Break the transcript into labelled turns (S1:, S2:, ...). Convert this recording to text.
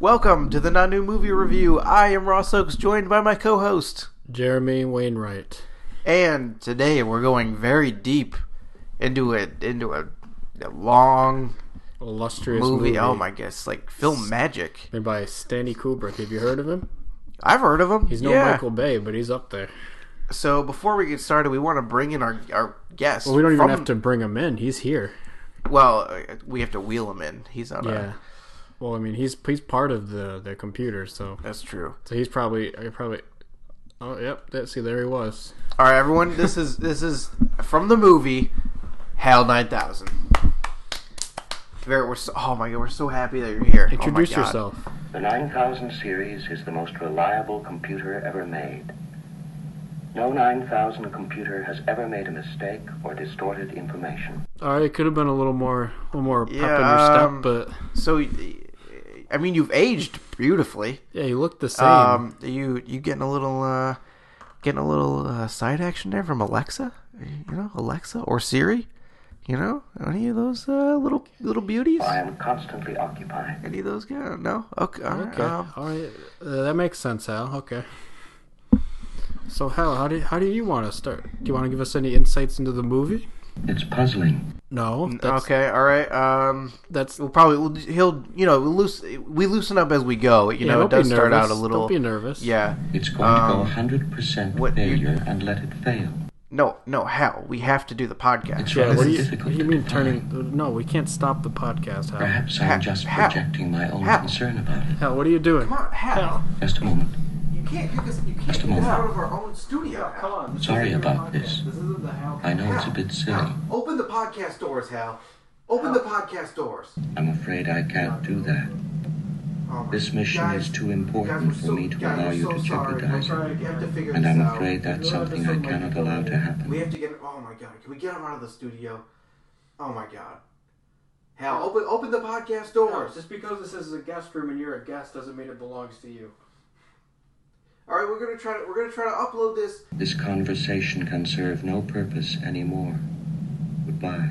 S1: Welcome to the Nanu Movie Review. I am Ross Oaks, joined by my co host.
S2: Jeremy Wainwright.
S1: And today we're going very deep into a into a, a long
S2: Illustrious
S1: movie. Oh my gosh, like film magic.
S2: Made by Stanley Kubrick. Have you heard of him?
S1: I've heard of him.
S2: He's no
S1: yeah.
S2: Michael Bay, but he's up there.
S1: So before we get started, we want to bring in our our guest.
S2: Well, we don't even
S1: from-
S2: have to bring him in. He's here.
S1: Well, uh, we have to wheel him in. He's not.
S2: Yeah.
S1: A,
S2: Well, I mean, he's he's part of the the computer, so
S1: that's true.
S2: so he's probably I probably. Oh, yep. That, see, there he was.
S1: All right, everyone. This is this is from the movie HAL 9000. Very. We're so, oh my god. We're so happy that you're here. Oh my
S2: Introduce
S1: God.
S2: yourself.
S3: The 9000 series is the most reliable computer ever made. No 9000 computer has ever made a mistake or distorted information.
S2: All right, it could have been a little more, a little more pep in your
S1: Yeah,
S2: step,
S1: um,
S2: but
S1: So, y- I mean, you've aged beautifully.
S2: yeah, you look the same.
S1: Um, you you getting a little uh, getting a little uh, side action there from Alexa, you know, Alexa or Siri, you know, any of those uh, little little beauties,
S3: I
S2: Uh,
S3: am constantly occupied.
S1: any of those guys? No, okay, all right,
S2: Okay.
S1: um,
S2: All right. Uh, that makes sense, Hal. Okay. So, Hal, how do how do you want to start? Do you want to give us any insights into the movie?
S3: It's puzzling.
S2: No. That's,
S1: okay, all right. Um,
S2: That's
S1: we'll probably we'll, he'll you know we loosen we loosen up as we go. You
S2: yeah,
S1: know,
S2: don't
S1: it does
S2: be
S1: start
S2: nervous.
S1: out a little.
S2: Don't be nervous.
S1: Yeah,
S3: It's going to
S1: Um,
S3: go 100%
S1: what you-
S3: failure and let it fail.
S1: no, no, how we have to do the podcast.
S3: It's
S2: Yeah.
S3: rather
S2: What do you,
S3: difficult
S2: what do you
S3: to
S2: mean
S3: define.
S2: turning? No, we can't stop the podcast, Hal.
S3: Perhaps I'm
S1: How-
S3: just
S1: how?
S3: projecting my own
S1: How?
S3: concern about it.
S2: Hal, what are you doing?
S1: Come on, Hal.
S3: Just a moment.
S1: You can't kick us. You can't
S3: Just a
S1: kick us
S3: moment.
S1: out of our own studio. Hal.
S2: on.
S3: Sorry about this.
S2: isn't the Hal.
S3: I know it's a bit silly.
S1: Hal, open the podcast doors, Hal. Open the podcast doors.
S3: I'm afraid I can't do that.
S1: Oh my-
S3: This mission
S1: Guys,
S3: is too
S1: guys,
S3: important
S1: we're
S3: for
S1: so-
S3: me to
S1: guys,
S3: allow
S1: we're
S3: you
S1: so
S3: to
S1: sorry. We're
S3: jeopardize
S1: sorry.
S3: it.
S1: We have to figure
S3: And
S1: this
S3: I'm
S1: out.
S3: afraid that's something I cannot allow to happen.
S1: We have to get. Oh my god! Can we get him out of the studio? Oh my god! Hal, open open the podcast doors.
S4: Just because this is a guest room and you're a guest doesn't mean it belongs to you.
S1: All right, we're gonna try to we're gonna try to upload this.
S3: This conversation can serve no purpose anymore. Goodbye.